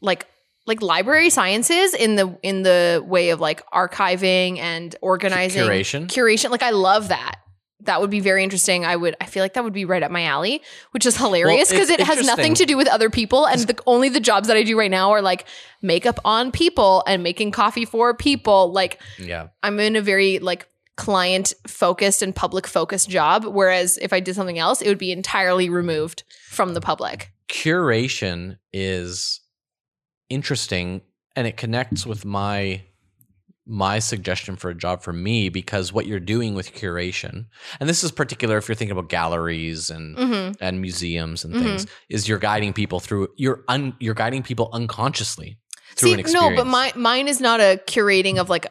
Speaker 2: like like library sciences in the in the way of like archiving and organizing
Speaker 1: curation.
Speaker 2: curation. Like I love that. That would be very interesting. I would I feel like that would be right up my alley, which is hilarious
Speaker 1: Well, it's
Speaker 2: because it has nothing
Speaker 1: interesting.
Speaker 2: to do with other people and the only the jobs that I do right now are like makeup on people and making coffee for people. Like
Speaker 1: yeah,
Speaker 2: I'm in a very like client focused and public focused job whereas if I did something else it would be entirely removed from the public.
Speaker 1: curation is interesting, and it connects with my my suggestion for a job for me because what you're doing with curation, and this is particular if you're thinking about galleries and
Speaker 2: Mhm.
Speaker 1: and museums and
Speaker 2: Mhm.
Speaker 1: things, is you're guiding people through you're un, you're guiding people unconsciously through an
Speaker 2: no,
Speaker 1: experience.
Speaker 2: but my, mine is not a curating of like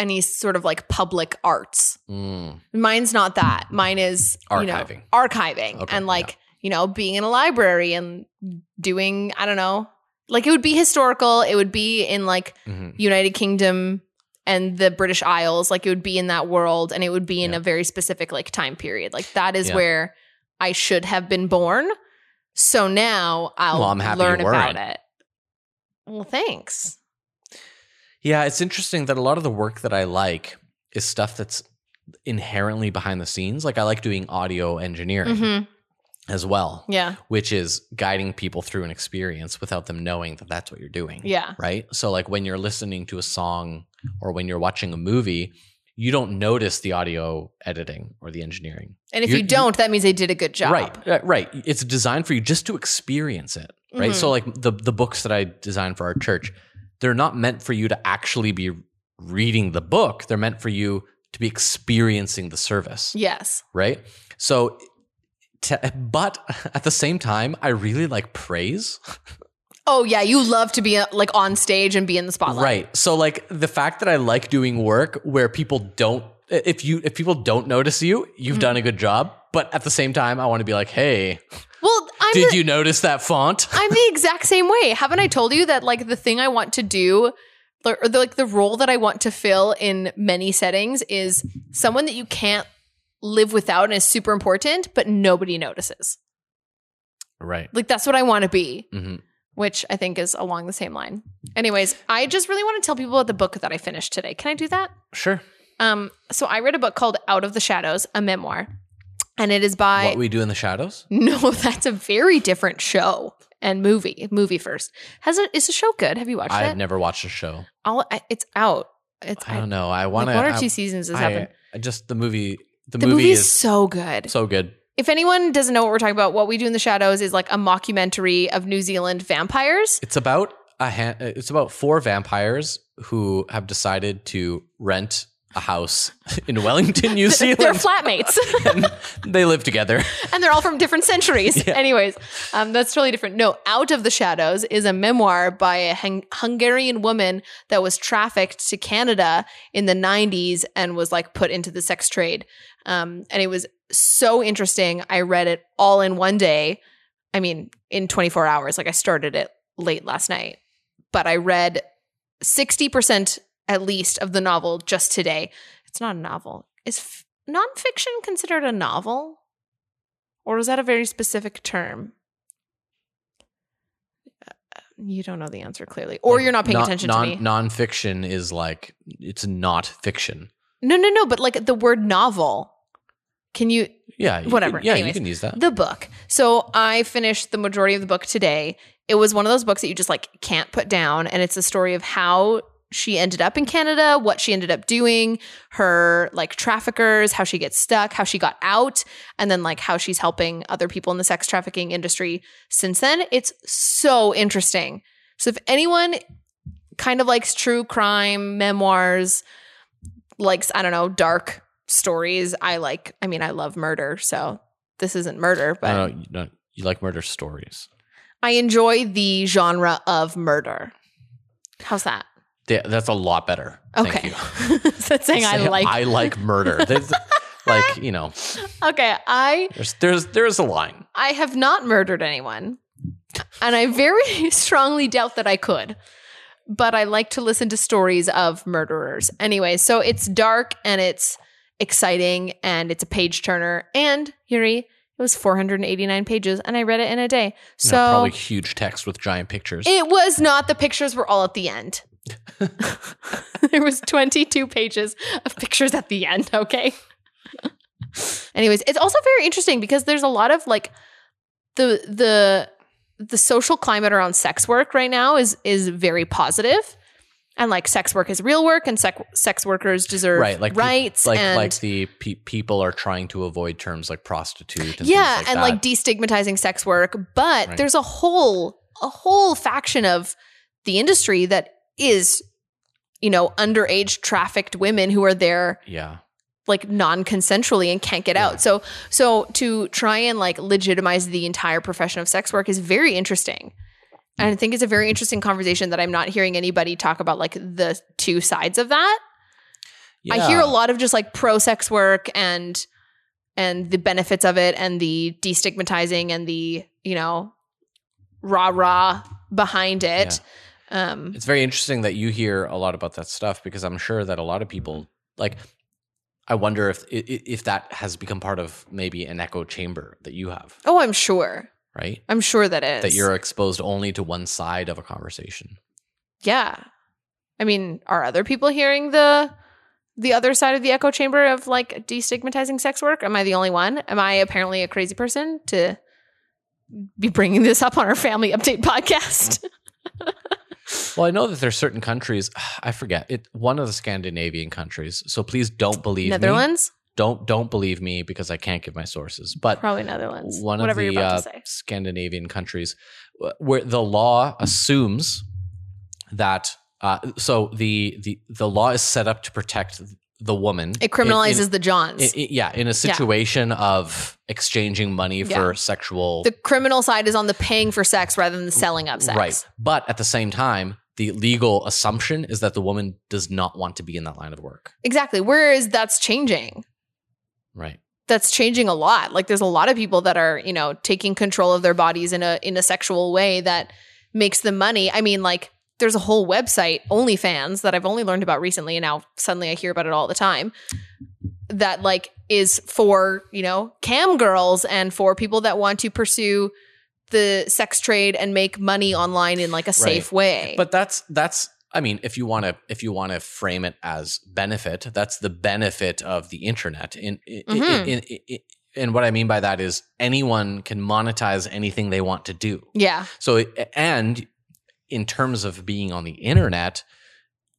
Speaker 2: any sort of like public arts.
Speaker 1: Mm,
Speaker 2: Mine's not that. Mine is you know,
Speaker 1: Archiving.
Speaker 2: archiving,
Speaker 1: Okay,
Speaker 2: and like you know, being in a library and doing I don't know, like it would be historical. It would be in like
Speaker 1: mhm.
Speaker 2: United Kingdom and the British Isles. Like it would be in that world, and it would be in
Speaker 1: Yeah.
Speaker 2: a very specific like time period. Like that is
Speaker 1: Yeah.
Speaker 2: where I should have been born. So now I'll
Speaker 1: Well, I'm happy you
Speaker 2: learn about
Speaker 1: weren't.
Speaker 2: it. Well, thanks.
Speaker 1: Yeah, it's interesting that a lot of the work that I like is stuff that's inherently behind the scenes. Like I like doing audio engineering
Speaker 2: hmm
Speaker 1: as well,
Speaker 2: Yeah,
Speaker 1: which is guiding people through an experience without them knowing that that's what you're doing.
Speaker 2: yeah,
Speaker 1: Right? So like when you're listening to a song or when you're watching a movie, you don't notice the audio editing or the engineering.
Speaker 2: and if
Speaker 1: You're-
Speaker 2: you don't, that means they did a good job.
Speaker 1: Right, uh, right. It's designed for you just to experience it, right?
Speaker 2: Mm-hmm.
Speaker 1: So like the the books that I designed for our church, they're not meant for you to actually be reading the book. They're meant for you to be experiencing the service,
Speaker 2: Yes.
Speaker 1: right? So, t- but at the same time, I really like praise.
Speaker 2: Oh yeah, you love to be uh, like on stage and be in the spotlight.
Speaker 1: Right. So like the fact that I like doing work where people don't if you if people don't notice you, you've done a good job. But at the same time, I want to be like, hey,
Speaker 2: Well, I'm
Speaker 1: did
Speaker 2: the,
Speaker 1: you notice that font?
Speaker 2: I'm the exact same way. Haven't I told you that like the thing I want to do or the, like the role that I want to fill in many settings is someone that you can't live without and is super important, but nobody notices.
Speaker 1: Right.
Speaker 2: Like that's what I want to be,
Speaker 1: hmm
Speaker 2: which I think is along the same line. Anyways, I just really want to tell people about the book that I finished today. Can I do that?
Speaker 1: Sure.
Speaker 2: Um, so I read a book called Out of the Shadows, a memoir, and it is by
Speaker 1: what we do in the shadows?
Speaker 2: No, that's a very different show and movie. Movie first. Has it is the show good? Have you watched
Speaker 1: I've
Speaker 2: it?
Speaker 1: never watched a show.
Speaker 2: All I, it's out. It's
Speaker 1: I don't know. I want
Speaker 2: like
Speaker 1: to.
Speaker 2: one or two seasons has happened.
Speaker 1: just the movie. The,
Speaker 2: The
Speaker 1: movie,
Speaker 2: movie is
Speaker 1: is
Speaker 2: so good.
Speaker 1: so good.
Speaker 2: If anyone doesn't know what we're talking about, what we do in the shadows is like a mockumentary of New Zealand vampires.
Speaker 1: It's about a ha- It's about four vampires who have decided to rent a house in Wellington, New
Speaker 2: They're
Speaker 1: Zealand.
Speaker 2: flatmates,
Speaker 1: and they live together.
Speaker 2: and they're all from different centuries.
Speaker 1: Yeah.
Speaker 2: Anyways, um, that's totally different. No, Out of the Shadows is a memoir by a hung- Hungarian woman that was trafficked to Canada in the 90s and was like put into the sex trade. Um, and it was so interesting. I read it all in one day. I mean, in 24 hours. Like I started it late last night, but I read 60% at least of the novel just today. It's not a novel. Is f- nonfiction considered a novel? Or is that a very specific term? Uh, You don't know the answer clearly, or you're not paying
Speaker 1: Non-
Speaker 2: attention
Speaker 1: non-
Speaker 2: to me.
Speaker 1: Nonfiction is like it's not fiction.
Speaker 2: No, no, no, but like the word novel. Can you
Speaker 1: Yeah. you
Speaker 2: Whatever.
Speaker 1: can- yeah, you
Speaker 2: Anyways.
Speaker 1: can use that.
Speaker 2: the book. So I finished the majority of the book today. It was one of those books that you just like can't put down. And it's a story of how she ended up in Canada, what she ended up doing, her like traffickers, how she gets stuck, how she got out, and then like how she's helping other people in the sex trafficking industry since then. It's so interesting. So if anyone kind of likes true crime, memoirs, likes, I don't know, dark stories, I like, I mean, I love murder. So this isn't murder, but
Speaker 1: no, no, you, no, you like murder stories.
Speaker 2: I enjoy the genre of murder. How's that?
Speaker 1: Yeah, that's a lot better. Thank
Speaker 2: Okay.
Speaker 1: you.
Speaker 2: That's saying I
Speaker 1: Say,
Speaker 2: like.
Speaker 1: I like murder. There's, like you know,
Speaker 2: okay. I
Speaker 1: there's there's there's a line.
Speaker 2: I have not murdered anyone, and I very strongly doubt that I could. but I like to listen to stories of murderers. Anyway, so it's dark and it's exciting and it's a page turner. And Yuri, it was 489 pages and I read it in a day.
Speaker 1: You
Speaker 2: So
Speaker 1: know, probably huge text with giant pictures.
Speaker 2: it was not. The pictures were all at the end. there was 22 pages of pictures at the end, okay? Anyways, it's also very interesting because there's a lot of like the the the social climate around sex work right now is is very positive. And like sex work is real work and sex sex workers deserve
Speaker 1: Right, like peop-
Speaker 2: rights
Speaker 1: like
Speaker 2: and
Speaker 1: like the pe- people are trying to avoid terms like prostitute. And
Speaker 2: yeah
Speaker 1: things like
Speaker 2: and
Speaker 1: that.
Speaker 2: like destigmatizing sex work but
Speaker 1: Right.
Speaker 2: there's a whole a whole faction of the industry that is you know underage trafficked women who are there
Speaker 1: yeah,
Speaker 2: like non-consensually and can't get
Speaker 1: Yeah.
Speaker 2: out so so to try and like legitimize the entire profession of sex work is very interesting and
Speaker 1: Hmm.
Speaker 2: i think it's a very interesting conversation that i'm not hearing anybody talk about like the two sides of that I hear
Speaker 1: Yeah.
Speaker 2: a lot of just like pro sex work and and the benefits of it and the destigmatizing and the you know rah rah behind it. Um,
Speaker 1: It's very interesting that you hear a lot about that stuff because I'm sure that a lot of people like. I wonder if i- i- if that has become part of maybe an echo chamber that you have,
Speaker 2: oh, I'm sure.
Speaker 1: right?
Speaker 2: I'm sure that is
Speaker 1: That you're exposed only to one side of a conversation.
Speaker 2: Yeah, I mean, are other people hearing the the other side of the echo chamber of like destigmatizing sex work? Am I the only one? Am I apparently a crazy person to be bringing this up on our family update podcast?
Speaker 1: Well, I know that there's certain countries. I forget it. One of the Scandinavian countries. So please don't believe me.
Speaker 2: Netherlands,
Speaker 1: Don't don't believe me because I can't give my sources. But
Speaker 2: probably Netherlands.
Speaker 1: one
Speaker 2: Whatever
Speaker 1: of
Speaker 2: you're
Speaker 1: the
Speaker 2: about
Speaker 1: uh,
Speaker 2: to say.
Speaker 1: Scandinavian countries wh- where the law assumes that uh, so the the the law is set up to protect the woman.
Speaker 2: It criminalizes
Speaker 1: In-
Speaker 2: the Johns.
Speaker 1: in- in- yeah, in a situation of exchanging money
Speaker 2: Yeah.
Speaker 1: for sexual
Speaker 2: the criminal side is on the paying for sex rather than the selling of sex.
Speaker 1: right, but at the same time, the legal assumption is that the woman does not want to be in that line of work.
Speaker 2: Exactly. Whereas that's changing.
Speaker 1: Right.
Speaker 2: That's changing a lot. Like there's a lot of people that are, you know, taking control of their bodies in a in a sexual way that makes them money. I mean, like there's a whole website, OnlyFans, that I've only learned about recently, and now suddenly I hear about it all the time. That like is for you know cam girls and for people that want to pursue the sex trade and make money online in like a safe way.
Speaker 1: But that's that's I mean, if you want to if you want to frame it as benefit, that's the benefit of the internet. In, in,
Speaker 2: Mhm.
Speaker 1: in, in, in- and what I mean by that is anyone can monetize anything they want to do.
Speaker 2: yeah,
Speaker 1: So it- and in terms of being on the internet,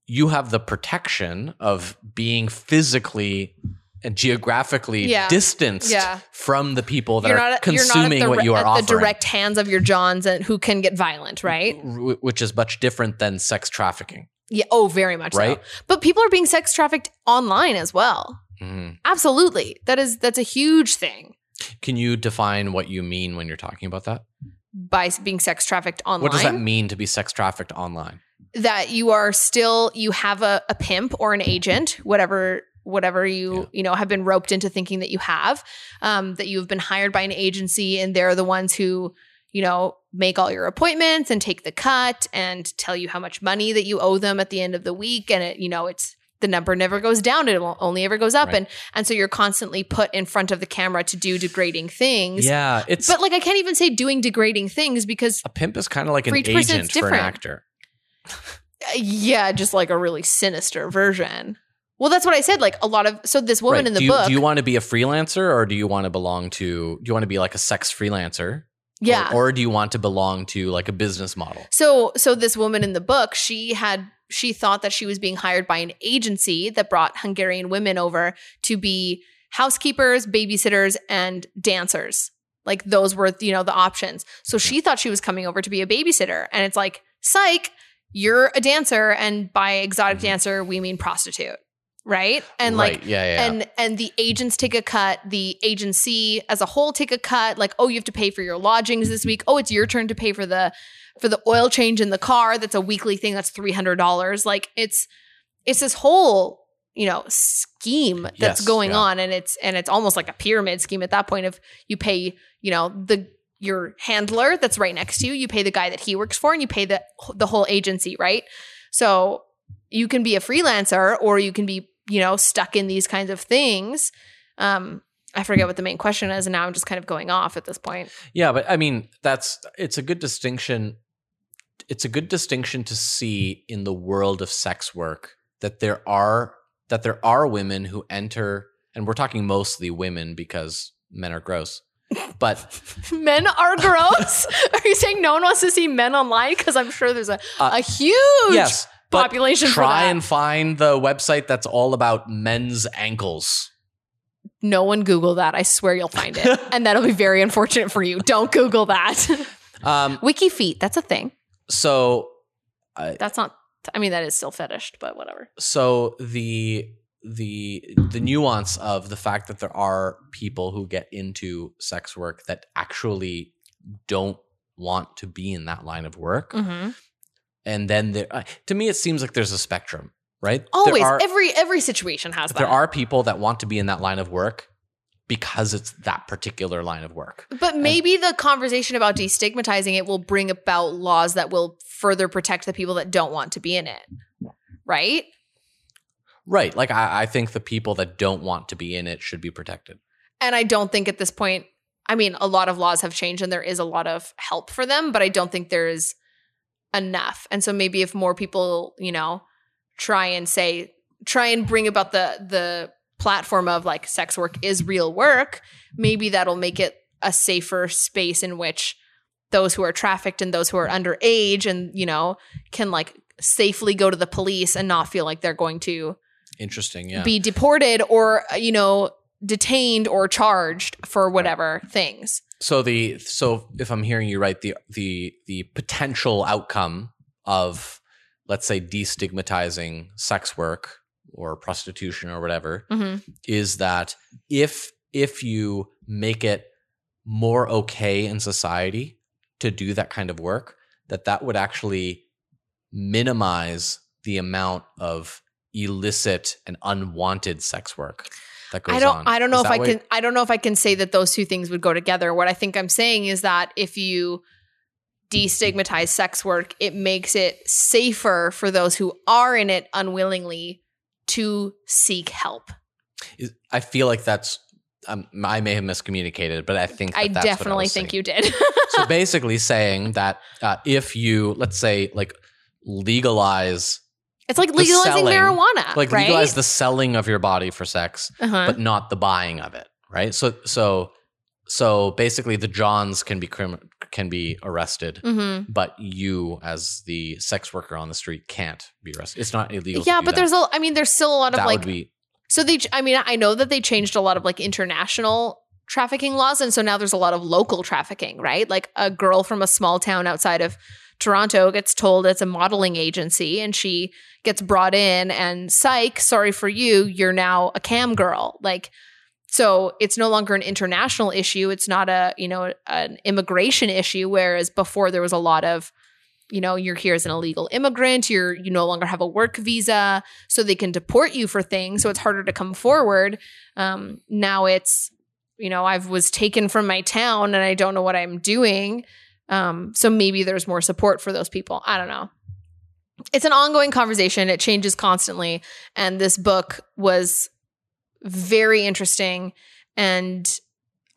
Speaker 1: you have the protection of being physically and geographically
Speaker 2: Yeah.
Speaker 1: distanced
Speaker 2: Yeah.
Speaker 1: from the people that
Speaker 2: you're
Speaker 1: are
Speaker 2: not
Speaker 1: consuming
Speaker 2: you're not at the,
Speaker 1: what you
Speaker 2: at
Speaker 1: are
Speaker 2: the
Speaker 1: offering.
Speaker 2: direct hands of your johns and who can get violent, right?
Speaker 1: wh- which is much different than sex trafficking,
Speaker 2: Yeah. Oh, very much
Speaker 1: right?
Speaker 2: so. But people are being sex trafficked online as well.
Speaker 1: Mhm.
Speaker 2: Absolutely. That is that's a huge thing
Speaker 1: Can you define what you mean when you're talking about that?
Speaker 2: by s- being sex trafficked online.
Speaker 1: What does that mean to be sex trafficked online?
Speaker 2: that you are still you have a, a pimp or an agent whatever whatever you
Speaker 1: Yeah.
Speaker 2: you know have been roped into thinking that you have um, that you've been hired by an agency and they're the ones who you know make all your appointments and take the cut and tell you how much money that you owe them at the end of the week and it you know it's the number never goes down it will- only ever goes up
Speaker 1: Right.
Speaker 2: and and so you're constantly put in front of the camera to do degrading things
Speaker 1: Yeah, it's
Speaker 2: but like i can't even say doing degrading things because
Speaker 1: a pimp is kind of like an
Speaker 2: For each person,
Speaker 1: agent
Speaker 2: it's
Speaker 1: for an
Speaker 2: different.
Speaker 1: actor.
Speaker 2: yeah, just like a really sinister version. Well, that's what I said. Like a lot of so this woman
Speaker 1: Right.
Speaker 2: in the
Speaker 1: do you,
Speaker 2: book,
Speaker 1: Do you want to be a freelancer or do you want to belong to? Do you want to be like a sex freelancer?
Speaker 2: yeah.
Speaker 1: Or, or do you want to belong to like a business model?
Speaker 2: so so this woman in the book, she had she thought that she was being hired by an agency that brought Hungarian women over to be housekeepers, babysitters, and dancers. Like those were you know the options. So she thought she was coming over to be a babysitter, and it's like psych. You're a dancer, and by exotic
Speaker 1: Mhm.
Speaker 2: dancer we mean prostitute, right? And like
Speaker 1: right. yeah, yeah, yeah.
Speaker 2: and and the agents take a cut the agency as a whole take a cut like oh you have to pay for your lodgings this week oh it's your turn to pay for the for the oil change in the car that's a weekly thing that's $300 like it's it's this whole you know scheme that's
Speaker 1: Yes,
Speaker 2: going
Speaker 1: yeah.
Speaker 2: on and it's and it's almost like a pyramid scheme at that point of you pay you know the your handler that's right next to you you pay the guy that he works for and you pay the the whole agency right So you can be a freelancer or you can be, you know, stuck in these kinds of things. Um, I forget what the main question is, and now I'm just kind of going off at this point.
Speaker 1: Yeah, but I mean, that's it's a good distinction. It's a good distinction to see in the world of sex work that there are that there are women who enter, and we're talking mostly women because men are gross. But
Speaker 2: Men are gross. Are you saying no one wants to see men online? Because I'm sure there's a,
Speaker 1: Uh,
Speaker 2: a huge
Speaker 1: yes, but
Speaker 2: population for
Speaker 1: try
Speaker 2: that.
Speaker 1: and find the website that's all about men's ankles.
Speaker 2: no one Google that. I swear you'll find it. and that'll be very unfortunate for you. Don't Google that.
Speaker 1: Um,
Speaker 2: Wiki feet, that's a thing.
Speaker 1: so
Speaker 2: That's not, I mean, that is still fetished, but whatever.
Speaker 1: so the the the nuance of the fact that there are people who get into sex work that actually don't want to be in that line of work
Speaker 2: Mm-hmm.
Speaker 1: and then there uh, to me it seems like there's a spectrum right
Speaker 2: Always,
Speaker 1: there are,
Speaker 2: every every situation has that.
Speaker 1: there are people that want to be in that line of work because it's that particular line of work
Speaker 2: But maybe the conversation about destigmatizing it will bring about laws that will further protect the people that don't want to be in it. Right?
Speaker 1: right like i, I think the people that don't want to be in it should be protected
Speaker 2: And I don't think at this point, I mean, a lot of laws have changed and there is a lot of help for them, but I don't think there is enough. And so maybe if more people, you know, try and say, try and bring about the the platform of like sex work is real work, maybe that'll make it a safer space in which those who are trafficked and those who are underage and, you know, can like safely go to the police and not feel like they're going to
Speaker 1: interesting yeah
Speaker 2: be deported or uh, you know detained or charged for whatever things
Speaker 1: So the so if I'm hearing you right, the the the potential outcome of let's say destigmatizing sex work or prostitution or whatever
Speaker 2: Mm-hmm.
Speaker 1: is that if if you make it more okay in society to do that kind of work, that that would actually minimize the amount of illicit and unwanted sex work that goes
Speaker 2: i don't
Speaker 1: on.
Speaker 2: i don't know
Speaker 1: Is
Speaker 2: if
Speaker 1: that
Speaker 2: i
Speaker 1: what-
Speaker 2: can i don't know if i can say that those two things would go together what i think i'm saying is that if you destigmatize sex work it makes it safer for those who are in it unwillingly to seek help
Speaker 1: is, I feel like that's um, I may have miscommunicated, but I think that
Speaker 2: i
Speaker 1: that's what I
Speaker 2: definitely
Speaker 1: was
Speaker 2: think
Speaker 1: saying.
Speaker 2: you did
Speaker 1: so basically, saying that uh, if you let's say like legalize
Speaker 2: it's like
Speaker 1: The
Speaker 2: legalizing
Speaker 1: selling,
Speaker 2: marijuana
Speaker 1: like
Speaker 2: right
Speaker 1: legalize the selling of your body for sex,
Speaker 2: uh-huh.
Speaker 1: but not the buying of it, right? So so so basically, the Johns can be crim- can be arrested.
Speaker 2: mm-hmm.
Speaker 1: But you, as the sex worker on the street, can't be arrested. It's not illegal. to
Speaker 2: yeah
Speaker 1: do
Speaker 2: but
Speaker 1: that.
Speaker 2: there's a i mean there's still a lot of
Speaker 1: that
Speaker 2: like
Speaker 1: would be
Speaker 2: So they, I mean, I know that they changed a lot of like international trafficking laws. And so now there's a lot of local trafficking, right? Like a girl from a small town outside of Toronto gets told it's a modeling agency and she gets brought in and psych, sorry for you, you're now a cam girl. Like, so it's no longer an international issue. It's not a, you know, an immigration issue. Whereas before there was a lot of, you know, you're here as an illegal immigrant, you're, you no longer have a work visa so they can deport you for things so it's harder to come forward um, now it's you know i was taken from my town and i don't know what i'm doing um, so maybe there's more support for those people i don't know it's an ongoing conversation it changes constantly and this book was very interesting and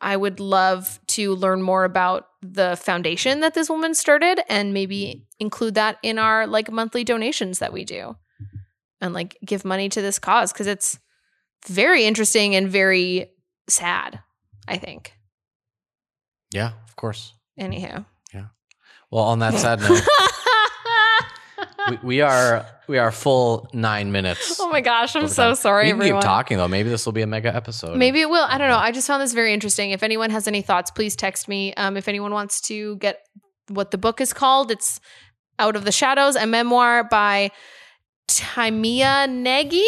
Speaker 2: i would love to learn more about the foundation that this woman started and maybe include that in our like monthly donations that we do and like give money to this cause because it's very interesting and very sad, I think.
Speaker 1: yeah, of course.
Speaker 2: Anyhow.
Speaker 1: Well, on that sad note. we, we are we are full nine minutes.
Speaker 2: oh my gosh, I'm
Speaker 1: over
Speaker 2: so
Speaker 1: time.
Speaker 2: sorry,
Speaker 1: We can
Speaker 2: everyone.
Speaker 1: keep talking though. Maybe this will be a mega episode.
Speaker 2: Maybe it will. I don't know. I just found this very interesting. If anyone has any thoughts, please text me. Um, if anyone wants to get what the book is called, it's Out of the Shadows, a memoir by Timia Negi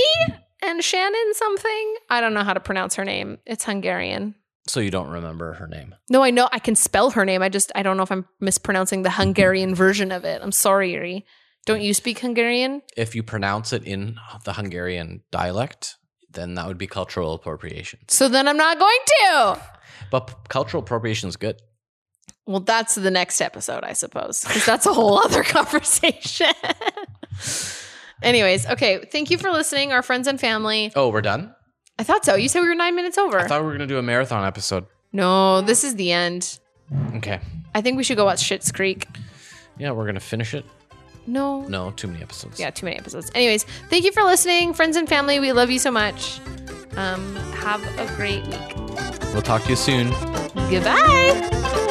Speaker 2: and Shannon something. I don't know how to pronounce her name. It's Hungarian.
Speaker 1: so you don't remember her name.
Speaker 2: No, I know I can spell her name. I just I don't know if I'm mispronouncing the
Speaker 1: Mm-hmm.
Speaker 2: Hungarian version of it. I'm sorry, Yuri. Don't you speak Hungarian?
Speaker 1: If you pronounce it in the Hungarian dialect, then that would be cultural appropriation.
Speaker 2: So then I'm not going to.
Speaker 1: But p- cultural appropriation is good.
Speaker 2: Well, that's the next episode, I suppose, because that's a whole other conversation. Anyways, okay. Thank you for listening, our friends and family.
Speaker 1: Oh, we're done?
Speaker 2: I thought so. You said we were nine minutes over.
Speaker 1: I thought we were going to do a marathon episode.
Speaker 2: no, this is the end.
Speaker 1: Okay.
Speaker 2: I think we should go watch Shit's Creek.
Speaker 1: Yeah, we're going to finish it.
Speaker 2: No.
Speaker 1: No, too many episodes.
Speaker 2: Yeah, too many episodes. Anyways, thank you for listening, friends and family. We love you so much. Um, have a great week.
Speaker 1: We'll talk to you soon.
Speaker 2: Goodbye.